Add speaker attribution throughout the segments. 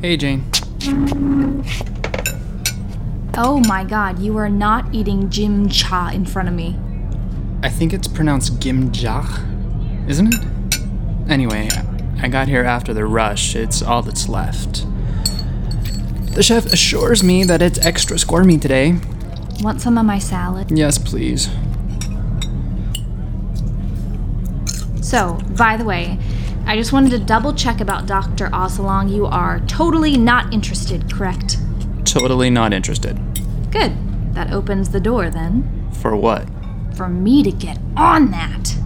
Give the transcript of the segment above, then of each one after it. Speaker 1: Hey, Jane.
Speaker 2: Oh my god, you are not eating Jim Cha in front of me.
Speaker 1: I think it's pronounced Gimjach, isn't it? Anyway, I got here after the rush. It's all that's left. The chef assures me that it's extra squirmy today.
Speaker 2: Want some of my salad?
Speaker 1: Yes, please.
Speaker 2: So, by the way, I just wanted to double check about Dr. Ocelong. You are totally not interested, correct?
Speaker 1: Totally not interested.
Speaker 2: Good. That opens the door then
Speaker 1: For what?
Speaker 2: for me to get on that.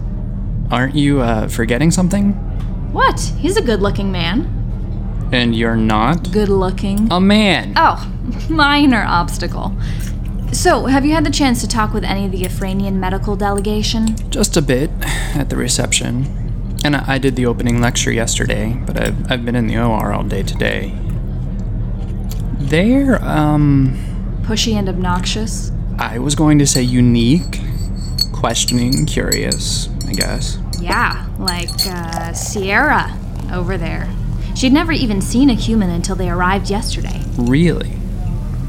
Speaker 1: Aren't you uh, forgetting something?
Speaker 2: What? He's a good looking man.
Speaker 1: And you're not?
Speaker 2: Good looking.
Speaker 1: A man!
Speaker 2: Oh, minor obstacle. So, have you had the chance to talk with any of the Afranian medical delegation?
Speaker 1: Just a bit at the reception. And I, I did the opening lecture yesterday, but I've, I've been in the OR all day today. They're, um,
Speaker 2: Pushy and obnoxious?
Speaker 1: I was going to say unique, questioning, curious, I guess.
Speaker 2: Yeah, like uh, Sierra over there. She'd never even seen a human until they arrived yesterday.
Speaker 1: Really?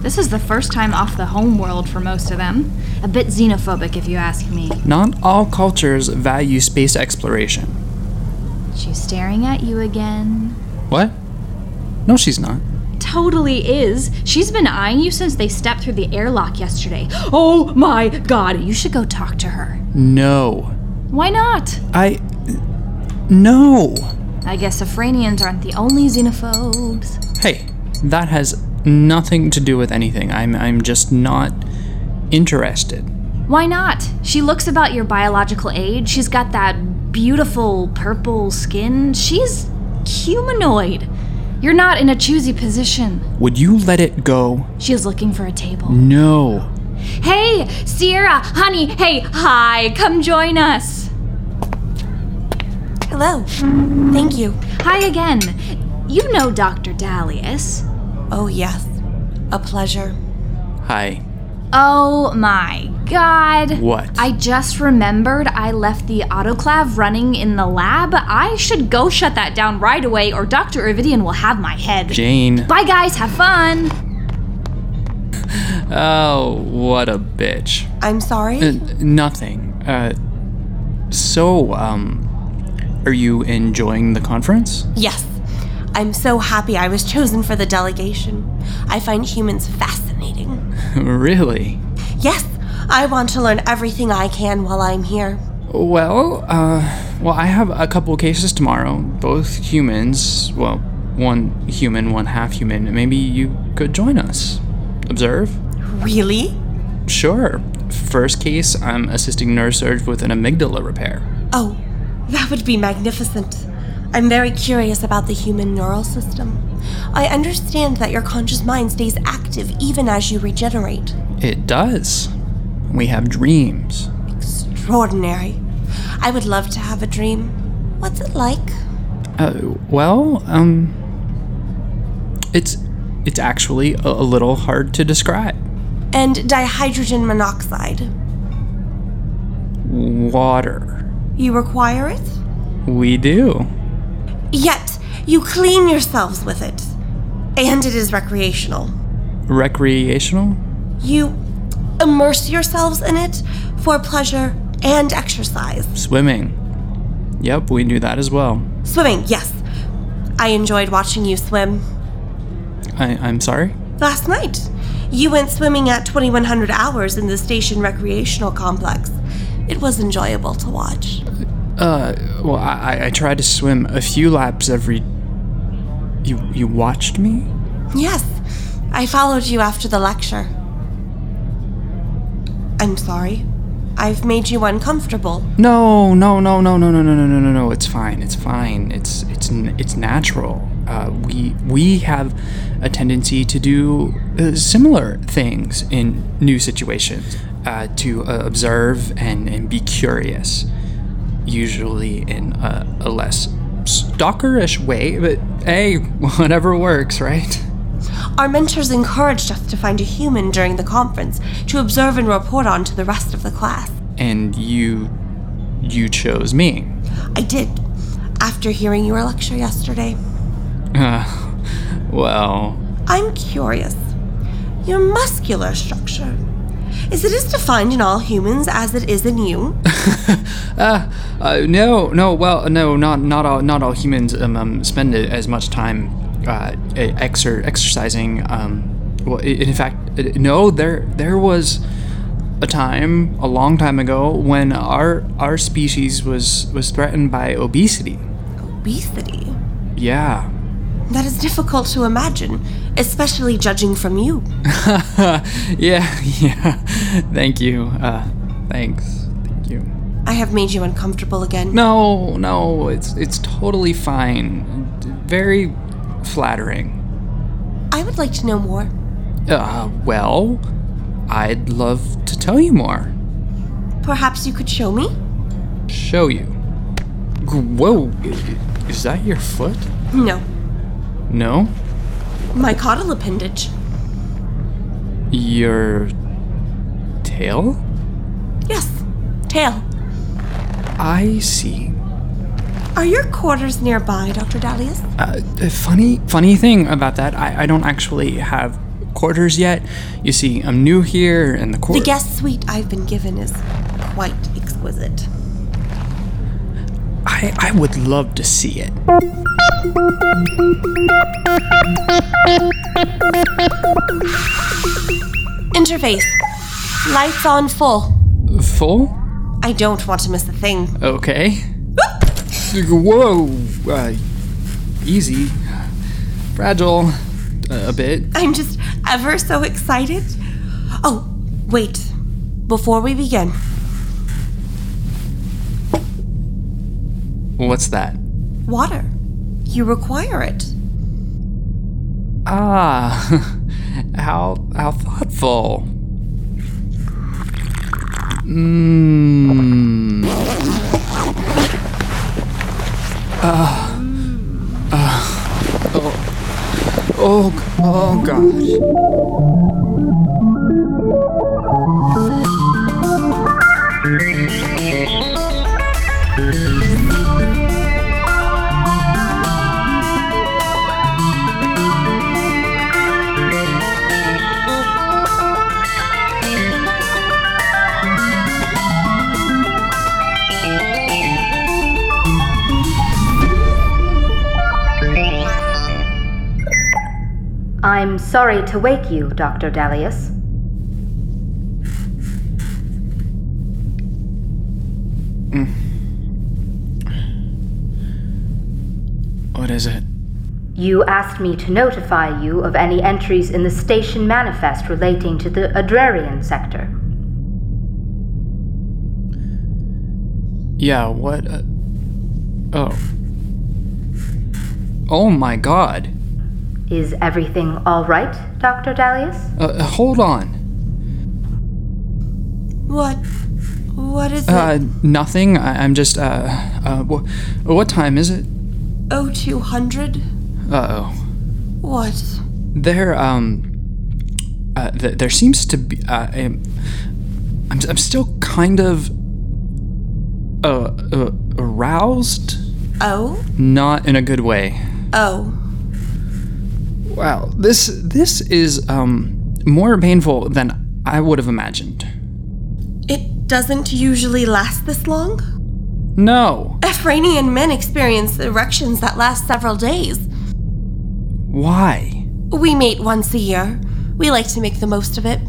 Speaker 2: This is the first time off the homeworld for most of them. A bit xenophobic, if you ask me.
Speaker 1: Not all cultures value space exploration.
Speaker 2: She's staring at you again.
Speaker 1: What? No, she's not.
Speaker 2: Totally is. She's been eyeing you since they stepped through the airlock yesterday. Oh my god, you should go talk to her.
Speaker 1: No.
Speaker 2: Why not?
Speaker 1: I. No!
Speaker 2: I guess Afranians aren't the only xenophobes.
Speaker 1: Hey, that has nothing to do with anything. I'm, I'm just not interested.
Speaker 2: Why not? She looks about your biological age. She's got that beautiful purple skin. She's humanoid. You're not in a choosy position.
Speaker 1: Would you let it go?
Speaker 2: She is looking for a
Speaker 1: Mm.
Speaker 2: table.
Speaker 1: No.
Speaker 2: Hey, Sierra, honey, hey, hi, come join us.
Speaker 3: Hello. Thank you.
Speaker 2: Hi again. You know Dr. Dalius.
Speaker 3: Oh, yes. A pleasure.
Speaker 1: Hi.
Speaker 2: Oh my god.
Speaker 1: What?
Speaker 2: I just remembered I left the autoclave running in the lab. I should go shut that down right away, or Dr. Irvidian will have my head.
Speaker 1: Jane.
Speaker 2: Bye, guys. Have fun.
Speaker 1: Oh, what a bitch.
Speaker 3: I'm sorry.
Speaker 1: Uh, nothing. Uh, so, um, are you enjoying the conference?
Speaker 3: yes. I'm so happy I was chosen for the delegation. I find humans fascinating.
Speaker 1: really?
Speaker 3: Yes, I want to learn everything I can while I'm here.
Speaker 1: Well, uh, well, I have a couple cases tomorrow. Both humans. Well, one human, one half human. Maybe you could join us. Observe.
Speaker 3: Really?
Speaker 1: Sure. First case, I'm assisting neurosurge with an amygdala repair.
Speaker 3: Oh, that would be magnificent. I'm very curious about the human neural system. I understand that your conscious mind stays active even as you regenerate.
Speaker 1: It does. We have dreams.
Speaker 3: Extraordinary. I would love to have a dream. What's it like?
Speaker 1: Uh, well, um, it's it's actually a, a little hard to describe.
Speaker 3: And dihydrogen monoxide.
Speaker 1: Water.
Speaker 3: You require it?
Speaker 1: We do.
Speaker 3: Yet, you clean yourselves with it. And it is recreational.
Speaker 1: Recreational.
Speaker 3: You immerse yourselves in it for pleasure and exercise.
Speaker 1: Swimming. Yep, we do that as well.
Speaker 3: Swimming, yes. I enjoyed watching you swim.
Speaker 1: I, I'm sorry.
Speaker 3: Last night, you went swimming at 2100 hours in the station recreational complex. It was enjoyable to watch.
Speaker 1: Uh, well, I, I- I try to swim a few laps every. You you watched me?
Speaker 3: Yes, I followed you after the lecture. I'm sorry. I've made you uncomfortable.
Speaker 1: No, no, no, no, no, no, no, no, no, no, no. It's fine. It's fine. It's it's n- it's natural. Uh, we we have a tendency to do uh, similar things in new situations, uh, to uh, observe and and be curious, usually in a, a less stalkerish way. But hey, whatever works, right?
Speaker 3: Our mentors encouraged us to find a human during the conference to observe and report on to the rest of the class.
Speaker 1: And you you chose me.
Speaker 3: I did, after hearing your lecture yesterday.
Speaker 1: Uh, Well,
Speaker 3: I'm curious. Your muscular structure. Is it as defined in all humans as it is in you?
Speaker 1: Uh, no, no. Well, no, not not all not all humans um, um spend a- as much time uh, e- exer- exercising. Um, well, i- in fact, i- no. There there was a time a long time ago when our our species was was threatened by obesity.
Speaker 3: Obesity.
Speaker 1: Yeah.
Speaker 3: That is difficult to imagine, especially judging from you.
Speaker 1: yeah. Yeah. Thank you. Uh, thanks. Thank you.
Speaker 3: I have made you uncomfortable again.
Speaker 1: No, no. It's it's totally fine. Very flattering.
Speaker 3: I would like to know more.
Speaker 1: Uh, well, I'd love to tell you more.
Speaker 3: Perhaps you could show me?
Speaker 1: Show you. G- Whoa, i- is that your foot?
Speaker 3: No.
Speaker 1: No,
Speaker 3: My caudal appendage.
Speaker 1: your tail?
Speaker 3: Yes. Tail.
Speaker 1: I see.
Speaker 3: Are your quarters nearby, Dr. Dalius?
Speaker 1: Uh, the funny, funny thing about that, I, I don't actually have quarters yet. You see, I'm new here, and the
Speaker 3: The
Speaker 1: quarters.
Speaker 3: guest suite I've been given is quite exquisite.
Speaker 1: I, I would love to see it.
Speaker 3: Interface. Lights on full.
Speaker 1: Full?
Speaker 3: I don't want to miss a thing.
Speaker 1: Okay. Whoa, uh, easy, fragile, uh, a bit.
Speaker 3: I'm just ever so excited. Oh, wait. Before we begin,
Speaker 1: What's that?
Speaker 3: water. You require it.
Speaker 1: Ah, how how thoughtful. Mmm. Ah. Ah. Oh. Oh. g- Oh. Gosh.
Speaker 4: I'm sorry to wake you, Dr. Dalius.
Speaker 1: What is it?
Speaker 4: You asked me to notify you of any entries in the station manifest relating to the Adrarian sector.
Speaker 1: Yeah. What? A- oh. Oh my God.
Speaker 4: Is everything all right, Dr. Dalius?
Speaker 1: Uh, hold on.
Speaker 3: What? What is
Speaker 1: Uh, nothing. I, I'm just. Uh, uh, wh- what time is it?
Speaker 3: it? Oh, 0200?
Speaker 1: Uh oh.
Speaker 3: What?
Speaker 1: There. Um. Uh, th- there seems to be. Uh, I'm, I'm. I'm still kind of. Uh, uh, aroused.
Speaker 3: Oh?
Speaker 1: Not in a good way.
Speaker 3: Oh.
Speaker 1: Wow. This. This is um more painful than I would have imagined.
Speaker 3: It doesn't usually last this long?
Speaker 1: No.
Speaker 3: Afranian men experience erections that last several days.
Speaker 1: Why?
Speaker 3: We mate once a year. We like to make the most of it.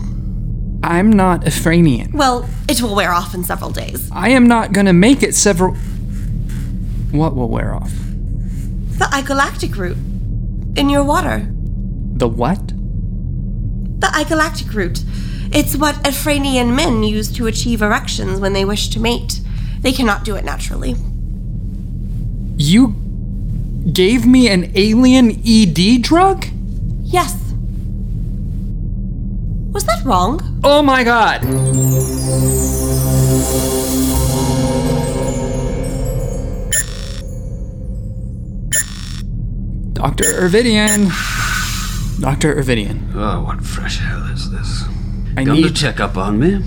Speaker 1: I'm not Afranian.
Speaker 3: Well, it will wear off in several days.
Speaker 1: I am not gonna make it several. What will wear off?
Speaker 3: The igalactic root. In your water.
Speaker 1: The what?
Speaker 3: The igalactic root. It's what Ephranian men use to achieve erections when they wish to mate. They cannot do it naturally.
Speaker 1: You gave me an alien ED drug?
Speaker 3: Yes. Was that wrong?
Speaker 1: Oh my god! Dr. Ervidian. Dr. Ervidian.
Speaker 5: Oh, what fresh hell is this?
Speaker 1: I
Speaker 5: Come to
Speaker 1: need.
Speaker 5: check up on me?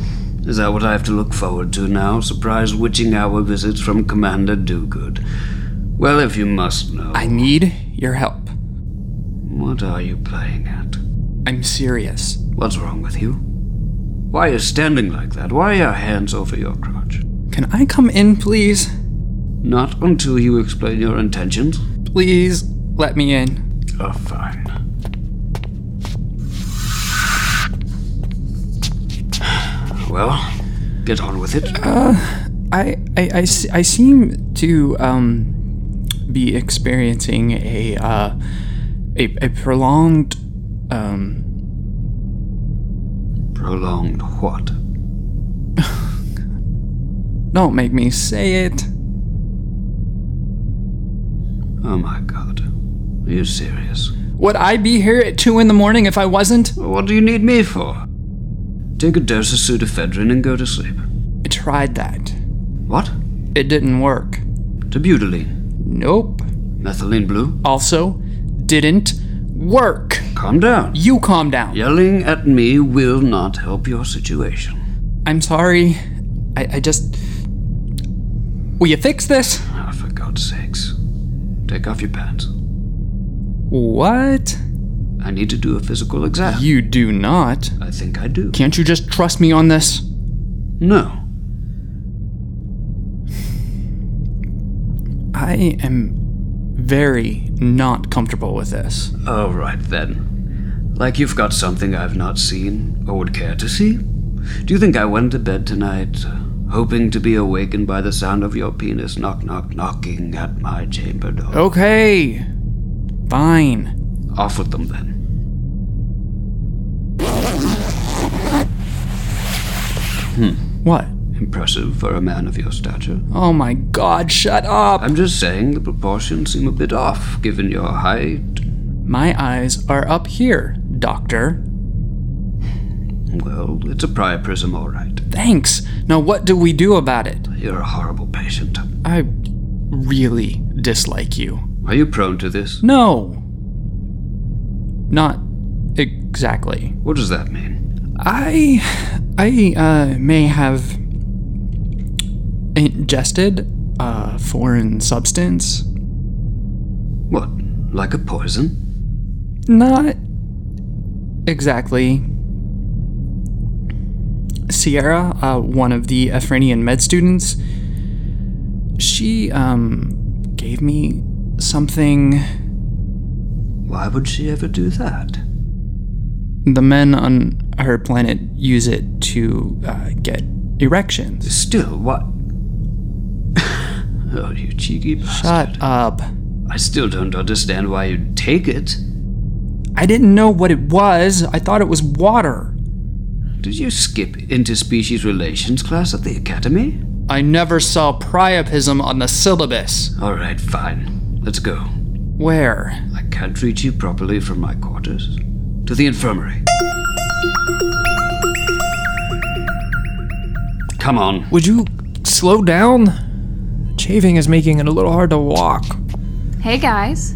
Speaker 5: Is that what I have to look forward to now? Surprise witching hour visits from Commander Do Good. Well, if you must know.
Speaker 1: I need your help.
Speaker 5: Why, What are you playing at?
Speaker 1: I'm serious.
Speaker 5: What's wrong with you? Why are you standing like that? Why are your hands over your crotch?
Speaker 1: Can I come in, please?
Speaker 5: Not until you explain your intentions.
Speaker 1: Please let me in.
Speaker 5: Oh, fine. Well, get on with it.
Speaker 1: I, I, I, se- I seem to um, be experiencing a, uh, a, a prolonged. Um,
Speaker 5: Prolonged what?
Speaker 1: don't make me say it.
Speaker 5: Oh my god. Are you serious?
Speaker 1: Would I be here at 2 in the morning if I wasn't?
Speaker 5: What do you need me for? Take a dose of pseudoephedrine and go to sleep.
Speaker 1: I tried that.
Speaker 5: What?
Speaker 1: It didn't work.
Speaker 5: Tabutylene.
Speaker 1: Nope.
Speaker 5: Methylene blue.
Speaker 1: Also, didn't work.
Speaker 5: Calm down.
Speaker 1: You calm down.
Speaker 5: Yelling at me will not help your situation.
Speaker 1: I'm sorry. I, I just. Will you fix this?
Speaker 5: Ah, for God's sakes. Take off your pants.
Speaker 1: What?
Speaker 5: I need to do a physical exam.
Speaker 1: You do not.
Speaker 5: I think I do.
Speaker 1: Can't you just trust me on this?
Speaker 5: No.
Speaker 1: I am very not comfortable with this.
Speaker 5: All right then. Like you've got something I've not seen or would care to see? Do you think I went to bed tonight uh, hoping to be awakened by the sound of your penis knock knock knocking at my chamber door?
Speaker 1: Okay. Fine.
Speaker 5: Off with them then.
Speaker 1: What?
Speaker 5: Impressive for a man of your stature.
Speaker 1: Oh my god, shut up!
Speaker 5: I'm just saying the proportions seem a bit off given your height.
Speaker 1: My eyes are up here, Doctor.
Speaker 5: Well, it's a priapism, all right.
Speaker 1: Thanks. Now, what do we do about it?
Speaker 5: You're a horrible patient.
Speaker 1: I really dislike you.
Speaker 5: Are you prone to this?
Speaker 1: No. Not exactly.
Speaker 5: What does that mean?
Speaker 1: I I uh, may have ingested a foreign substance.
Speaker 5: What? Like a poison?
Speaker 1: Not exactly. Sierra, uh, one of the Efranian med students, she um, gave me something.
Speaker 5: Why would she ever do that?
Speaker 1: The men on her planet use it to uh, get erections.
Speaker 5: Still, what? oh, you cheeky bastard.
Speaker 1: Shut up.
Speaker 5: I still don't understand why you'd take it.
Speaker 1: I didn't know what it was. I thought it was water.
Speaker 5: Did you skip interspecies relations class at the academy?
Speaker 1: I never saw priapism on the syllabus.
Speaker 5: All right, fine. Let's go.
Speaker 1: Where?
Speaker 5: I can't reach you properly from my quarters. To the infirmary. Come on.
Speaker 6: Would you slow down? Chafing is making it a little hard to walk.
Speaker 2: Hey guys,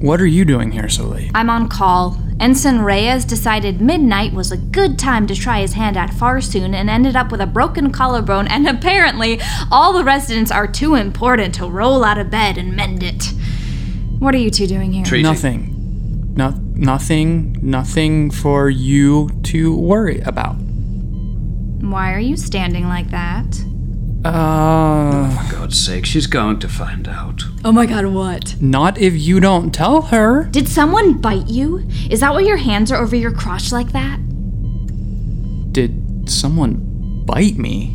Speaker 1: What are you doing here so late?
Speaker 2: I'm on call. Ensign Reyes decided midnight was a good time to try his hand at Farsoon and ended up with a broken collarbone, and apparently, all the residents are too important to roll out of bed and mend it. What are you two doing here?
Speaker 5: Treating.
Speaker 1: Nothing. No, nothing. Nothing for you to worry about.
Speaker 2: Why are you standing like that?
Speaker 1: Uh,
Speaker 5: For God's sake, she's going to find out.
Speaker 2: Oh my god, what?
Speaker 1: not if you don't tell her.
Speaker 2: Did someone bite you? Is that why your hands are over your crotch like that?
Speaker 1: Did someone bite me?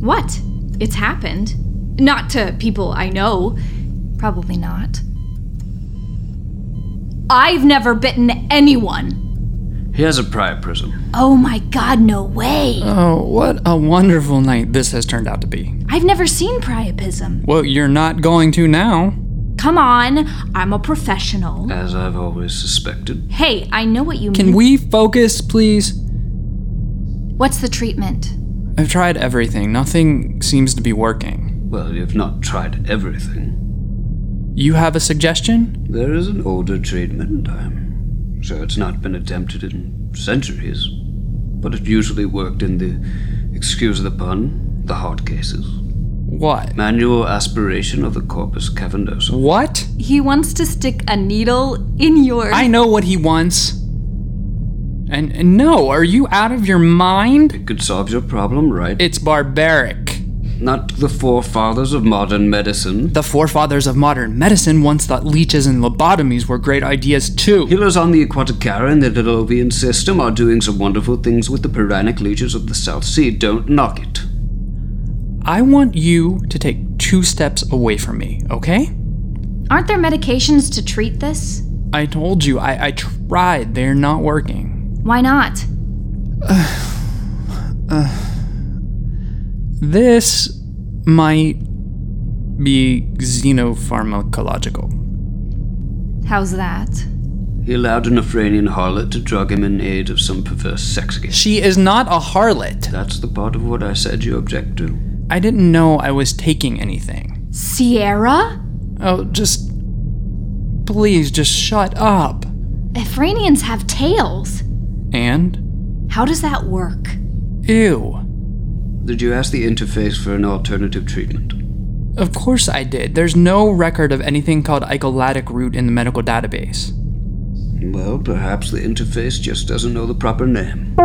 Speaker 2: What? It's happened. Not to people I know. Probably not. I've never bitten anyone.
Speaker 5: Here's a priapism.
Speaker 2: Oh my god, no way.
Speaker 1: Oh, what a wonderful night this has turned out to be.
Speaker 2: I've never seen priapism.
Speaker 1: Well, you're not going to now.
Speaker 2: Come on, I'm a professional.
Speaker 5: As I've always suspected,
Speaker 2: Hey, I know what you
Speaker 1: Can
Speaker 2: mean.
Speaker 1: we focus, please?
Speaker 2: What's the treatment?
Speaker 1: I've tried everything. Nothing seems to be working.
Speaker 5: well, you've not tried everything.
Speaker 1: You have a suggestion?
Speaker 5: There is an older treatment, I'm sure it's not been attempted in centuries, but it usually worked in the, excuse the pun, the hard cases.
Speaker 1: What?
Speaker 5: Manual aspiration of the corpus cavendosum.
Speaker 1: What?
Speaker 2: He wants to stick a needle in your.
Speaker 1: I know what he wants. And, and no, are you out of your mind?
Speaker 5: It could solve your problem, right?
Speaker 1: It's barbaric.
Speaker 5: Not the forefathers of modern medicine.
Speaker 1: The forefathers of modern medicine once thought leeches and lobotomies were great ideas too.
Speaker 5: Healers on the Aquaticara and the Delovian system are doing some wonderful things with the piranic leeches of the South Sea. Don't knock it.
Speaker 1: I want you to take two steps away from me, okay?
Speaker 2: Aren't there medications to treat this?
Speaker 1: I told you, I, I tried. They're not working.
Speaker 2: Why not?
Speaker 1: This might be xenopharmacological.
Speaker 2: How's that?
Speaker 5: He allowed an Afranian harlot to drug him in aid of some perverse sex game.
Speaker 1: She is not a harlot.
Speaker 5: That's the part of what I said you object to.
Speaker 1: I didn't know I was taking anything.
Speaker 2: Sierra?
Speaker 1: Oh, just. Please, just shut up.
Speaker 2: Efranians have tails.
Speaker 1: And?
Speaker 2: How does that work?
Speaker 1: Ew.
Speaker 5: Did you ask the interface for an alternative treatment?
Speaker 1: Of course I did. There's no record of anything called icolatic root in the medical database.
Speaker 5: Well, perhaps the interface just doesn't know the proper name.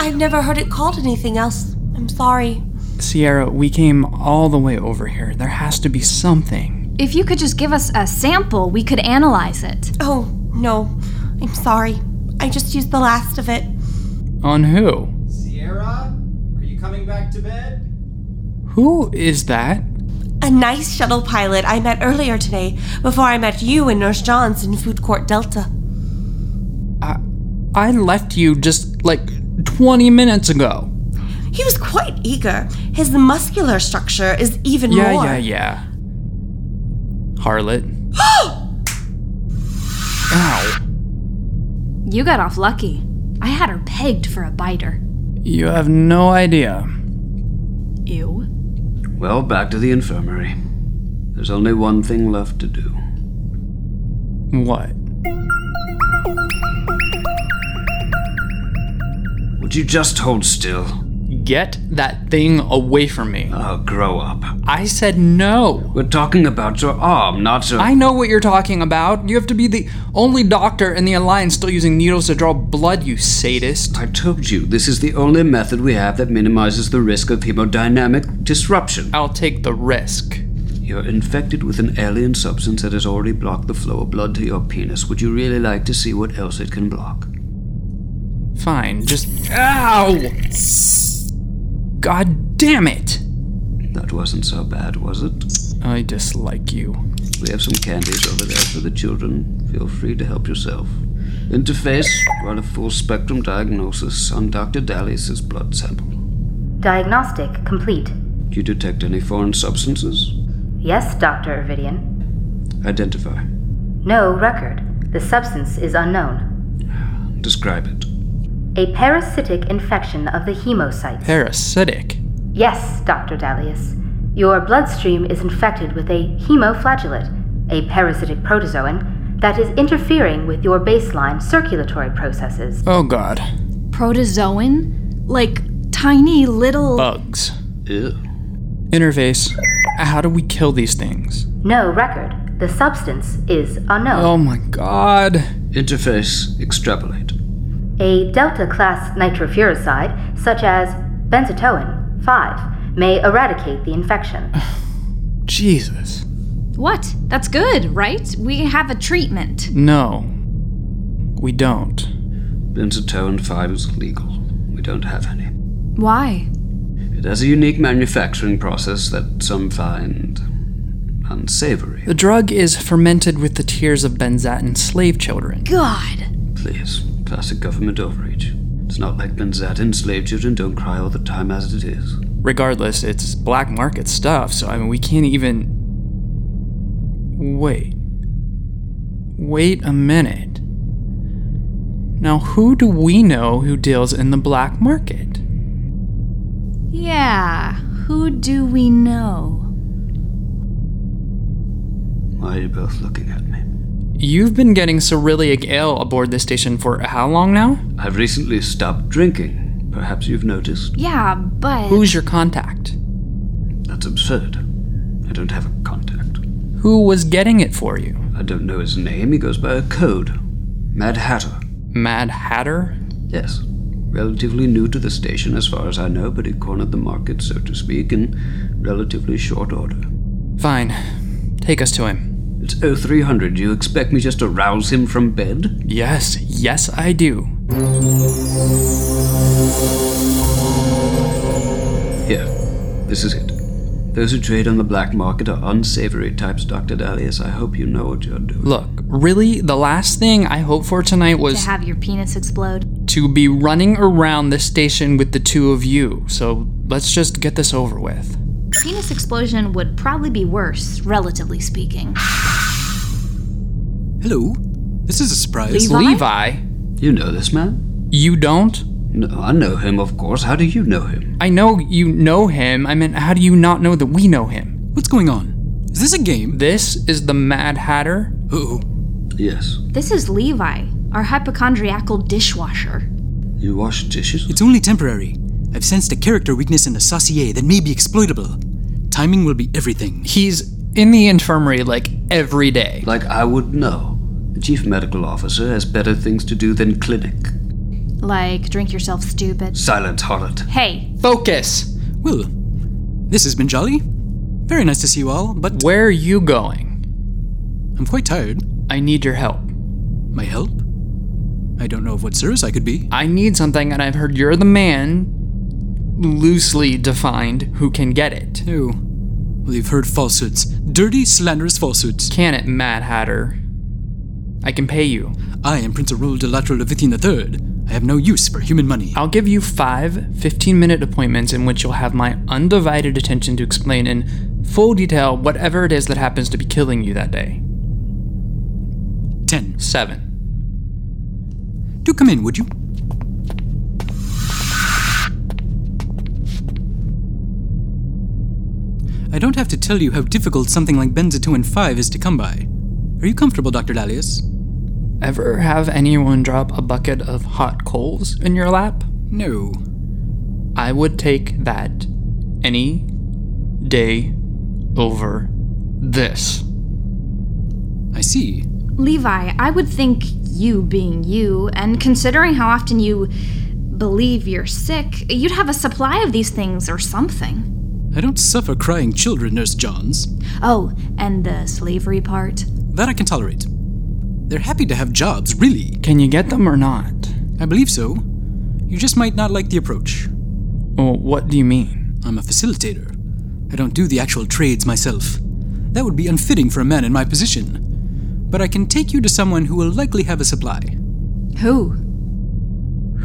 Speaker 3: I've never heard it called anything else. I'm sorry.
Speaker 1: Sierra, we came all the way over here. There has to be something.
Speaker 2: If you could just give us a sample, we could analyze it.
Speaker 3: Oh, no. I'm sorry. I just used the last of it.
Speaker 1: On who?
Speaker 7: Sierra, are you coming back to bed?
Speaker 1: Who is that?
Speaker 3: A nice shuttle pilot I met earlier today before I met you and Nurse Johns in Food Court Delta.
Speaker 1: I, I left you just like 20 minutes ago.
Speaker 3: He was quite eager. His muscular structure is even
Speaker 1: Yeah,
Speaker 3: more.
Speaker 1: yeah, yeah. Harlot. Ow.
Speaker 2: You got off lucky. I had her pegged for a biter.
Speaker 1: You have no idea.
Speaker 2: Ew.
Speaker 5: Well, back to the infirmary. There's only one thing left to do.
Speaker 1: What?
Speaker 5: Would you just hold still?
Speaker 1: Get that thing away from me.
Speaker 5: Oh, grow up.
Speaker 1: I said no.
Speaker 5: We're talking about your arm, not your.
Speaker 1: I know what you're talking about. You have to be the only doctor in the alliance still using needles to draw blood, you sadist.
Speaker 5: I told you, this is the only method we have that minimizes the risk of hemodynamic disruption.
Speaker 1: I'll take the risk.
Speaker 5: You're infected with an alien substance that has already blocked the flow of blood to your penis. Would you really like to see what else it can block?
Speaker 1: Fine, just. Ow! God damn it!
Speaker 5: That wasn't so bad, was it?
Speaker 1: I dislike you.
Speaker 5: We have some candies over there for the children. Feel free to help yourself. Interface, run a full spectrum diagnosis on Dr. Dallas's blood sample.
Speaker 4: Diagnostic complete.
Speaker 5: Do you detect any foreign substances?
Speaker 4: Yes, Dr. Ervidian.
Speaker 5: Identify.
Speaker 4: No record. The substance is unknown.
Speaker 5: Describe it.
Speaker 4: A parasitic infection of the hemocytes.
Speaker 1: Parasitic.
Speaker 4: Yes, Dr. Dalius. Your bloodstream is infected with a hemoflagellate, a parasitic protozoan, that is interfering with your baseline circulatory processes.
Speaker 1: Oh god.
Speaker 2: Protozoan? Like tiny little.
Speaker 1: Bugs.
Speaker 5: Ew.
Speaker 1: Interface. How do we kill these things?
Speaker 4: No record. The substance is unknown.
Speaker 1: Oh my god.
Speaker 5: Interface, extrapolate.
Speaker 4: A delta class nitrofuricide, such as benzotoin 5, may eradicate the infection.
Speaker 1: Jesus.
Speaker 2: What? That's good, right? We have a treatment.
Speaker 1: No. We don't.
Speaker 5: Benzotoin 5 is legal. We don't have any.
Speaker 2: Why?
Speaker 5: It has a unique manufacturing process that some find unsavory.
Speaker 1: The drug is fermented with the tears of Benzatin slave children.
Speaker 2: God.
Speaker 5: Please, classic government overreach. It's not like Benzatin slave children don't cry all the time as it is.
Speaker 1: Regardless, it's black market stuff, so I mean, we can't even. Wait. Wait a minute. Now, who do we know who deals in the black market?
Speaker 2: Yeah. Who do we know?
Speaker 5: Why are you both looking at me?
Speaker 1: You've been getting cerulean ale aboard this station for how long now?
Speaker 5: I've recently stopped drinking. Perhaps you've noticed.
Speaker 2: Yeah, but.
Speaker 1: Who's your contact?
Speaker 5: That's absurd. I don't have a contact.
Speaker 1: Who was getting it for you?
Speaker 5: I don't know his name. He goes by a code Mad Hatter.
Speaker 1: Mad Hatter?
Speaker 5: Yes. Relatively new to the station, as far as I know, but he cornered the market, so to speak, in relatively short order.
Speaker 1: Fine. Take us to him.
Speaker 5: It's 0300. Do you expect me just to rouse him from bed?
Speaker 1: Yes, yes, I do.
Speaker 5: Here, this is it. Those who trade on the black market are unsavory types, Dr. Dallius. I hope you know what you're doing.
Speaker 1: Look, really, the last thing I hoped for tonight
Speaker 2: To
Speaker 1: was
Speaker 2: have your penis explode.
Speaker 1: to be running around this station with the two of you, so let's just get this over with.
Speaker 2: Penis explosion would probably be worse, relatively speaking.
Speaker 8: Hello. This is a surprise.
Speaker 2: Levi?
Speaker 1: Levi?
Speaker 5: You know this man?
Speaker 1: You don't?
Speaker 5: No, I know him, of course. How do you know him?
Speaker 1: I know you know him. I mean, how do you not know that we know him?
Speaker 8: What's going on? Is this a game?
Speaker 1: This is the Mad Hatter.
Speaker 8: Oh,
Speaker 5: Yes.
Speaker 2: This is Levi, our hypochondriacal dishwasher.
Speaker 5: You wash dishes?
Speaker 8: it's only temporary. I've sensed a character weakness in the saucier that may be exploitable. Timing will be everything.
Speaker 1: He's in the infirmary like every day.
Speaker 5: Like I would know. The chief medical officer has better things to do than clinic.
Speaker 2: Like, drink yourself stupid.
Speaker 5: Silence, harlot.
Speaker 2: Hey,
Speaker 1: Focus!
Speaker 8: Well, this has been jolly. Very nice to see you all, but
Speaker 1: Where are you going?
Speaker 8: I'm quite tired.
Speaker 1: I need your help.
Speaker 8: My help? I don't know of what service I could be.
Speaker 1: I need something, and I've heard you're the man, loosely defined, who can get it.
Speaker 8: Oh, well, you've heard falsehoods. Dirty, slanderous falsehoods.
Speaker 1: Can it, Mad Hatter? I can pay you.
Speaker 8: I am Prince Arul de Latro Levithian III. I have no use for human money.
Speaker 1: I'll give you five 15 minute appointments in which you'll have my undivided attention to explain in full detail whatever it is that happens to be killing you that day.
Speaker 8: Ten.
Speaker 1: Seven.
Speaker 8: Do come in, would you? I don't have to tell you how difficult something like benzotouin 5 is to come by. Are you comfortable, Dr. Dalius?
Speaker 1: Ever have anyone drop a bucket of hot coals in your lap?
Speaker 8: No.
Speaker 1: I would take that any day over this.
Speaker 8: I see.
Speaker 2: Levi, I would think you being you, and considering how often you believe you're sick, you'd have a supply of these things or something.
Speaker 8: I don't suffer crying children, Nurse Johns.
Speaker 2: Oh, and the slavery part.
Speaker 8: That I can tolerate. They're happy to have jobs, really.
Speaker 1: Can you get them or not?
Speaker 8: I believe so. You just might not like the approach.
Speaker 1: Well, what do you mean?
Speaker 8: I'm a facilitator. I don't do the actual trades myself. That would be unfitting for a man in my position. But I can take you to someone who will likely have a supply.
Speaker 2: Who?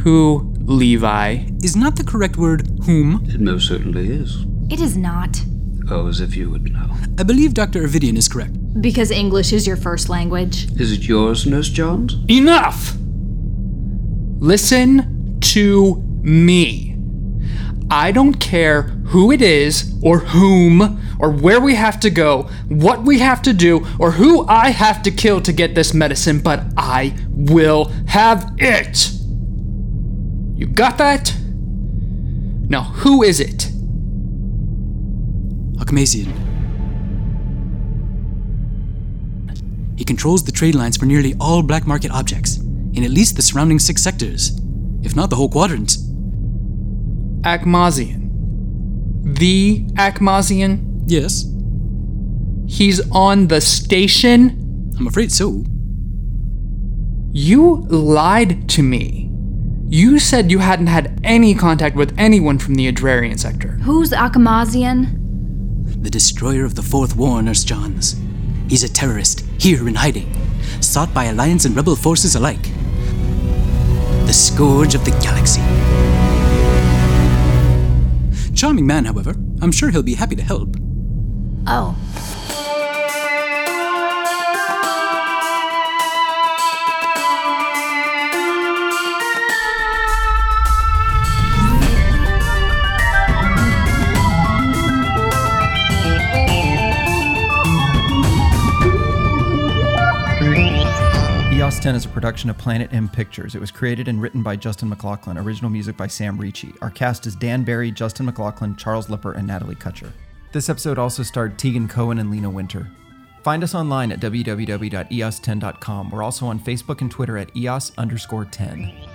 Speaker 1: Who, Levi?
Speaker 8: Is not the correct word whom?
Speaker 5: It most certainly is.
Speaker 2: It is not.
Speaker 5: Oh, as if you would know.
Speaker 8: I believe Dr. Ervidian is correct.
Speaker 2: Because English is your first language.
Speaker 5: Is it yours, Nurse Johns?
Speaker 1: Enough! Listen to me. I don't care who it is, or whom, or where we have to go, what we have to do, or who I have to kill to get this medicine, but I will have it! You got that? Now, who is it?
Speaker 8: Akmazian. He controls the trade lines for nearly all black market objects, in at least the surrounding six sectors, if not the whole quadrant.
Speaker 1: Akmazian. The Akmazian?
Speaker 8: Yes,
Speaker 1: He's on the station
Speaker 8: I'm afraid so.
Speaker 1: You lied to me. You said you hadn't had any contact with anyone from the Adrarian sector.
Speaker 2: Who's Akamazian?
Speaker 8: The destroyer of the Fourth War, Nurse Johns. He's a terrorist, here in hiding, sought by Alliance and Rebel forces alike. The scourge of the galaxy. Charming man, however. I'm sure he'll be happy to help.
Speaker 2: Oh.
Speaker 7: 10 is a production of Planet M Pictures. It was created and written by Justin McLaughlin, original music by Sam Ricci. Our cast is Dan Barry, Justin McLaughlin, Charles Lipper, and Natalie Kutcher. This episode also starred Tegan Cohen and Lena Winter. Find us E online at www.eos10.com. We're also on Facebook and Twitter at eos E underscore 10.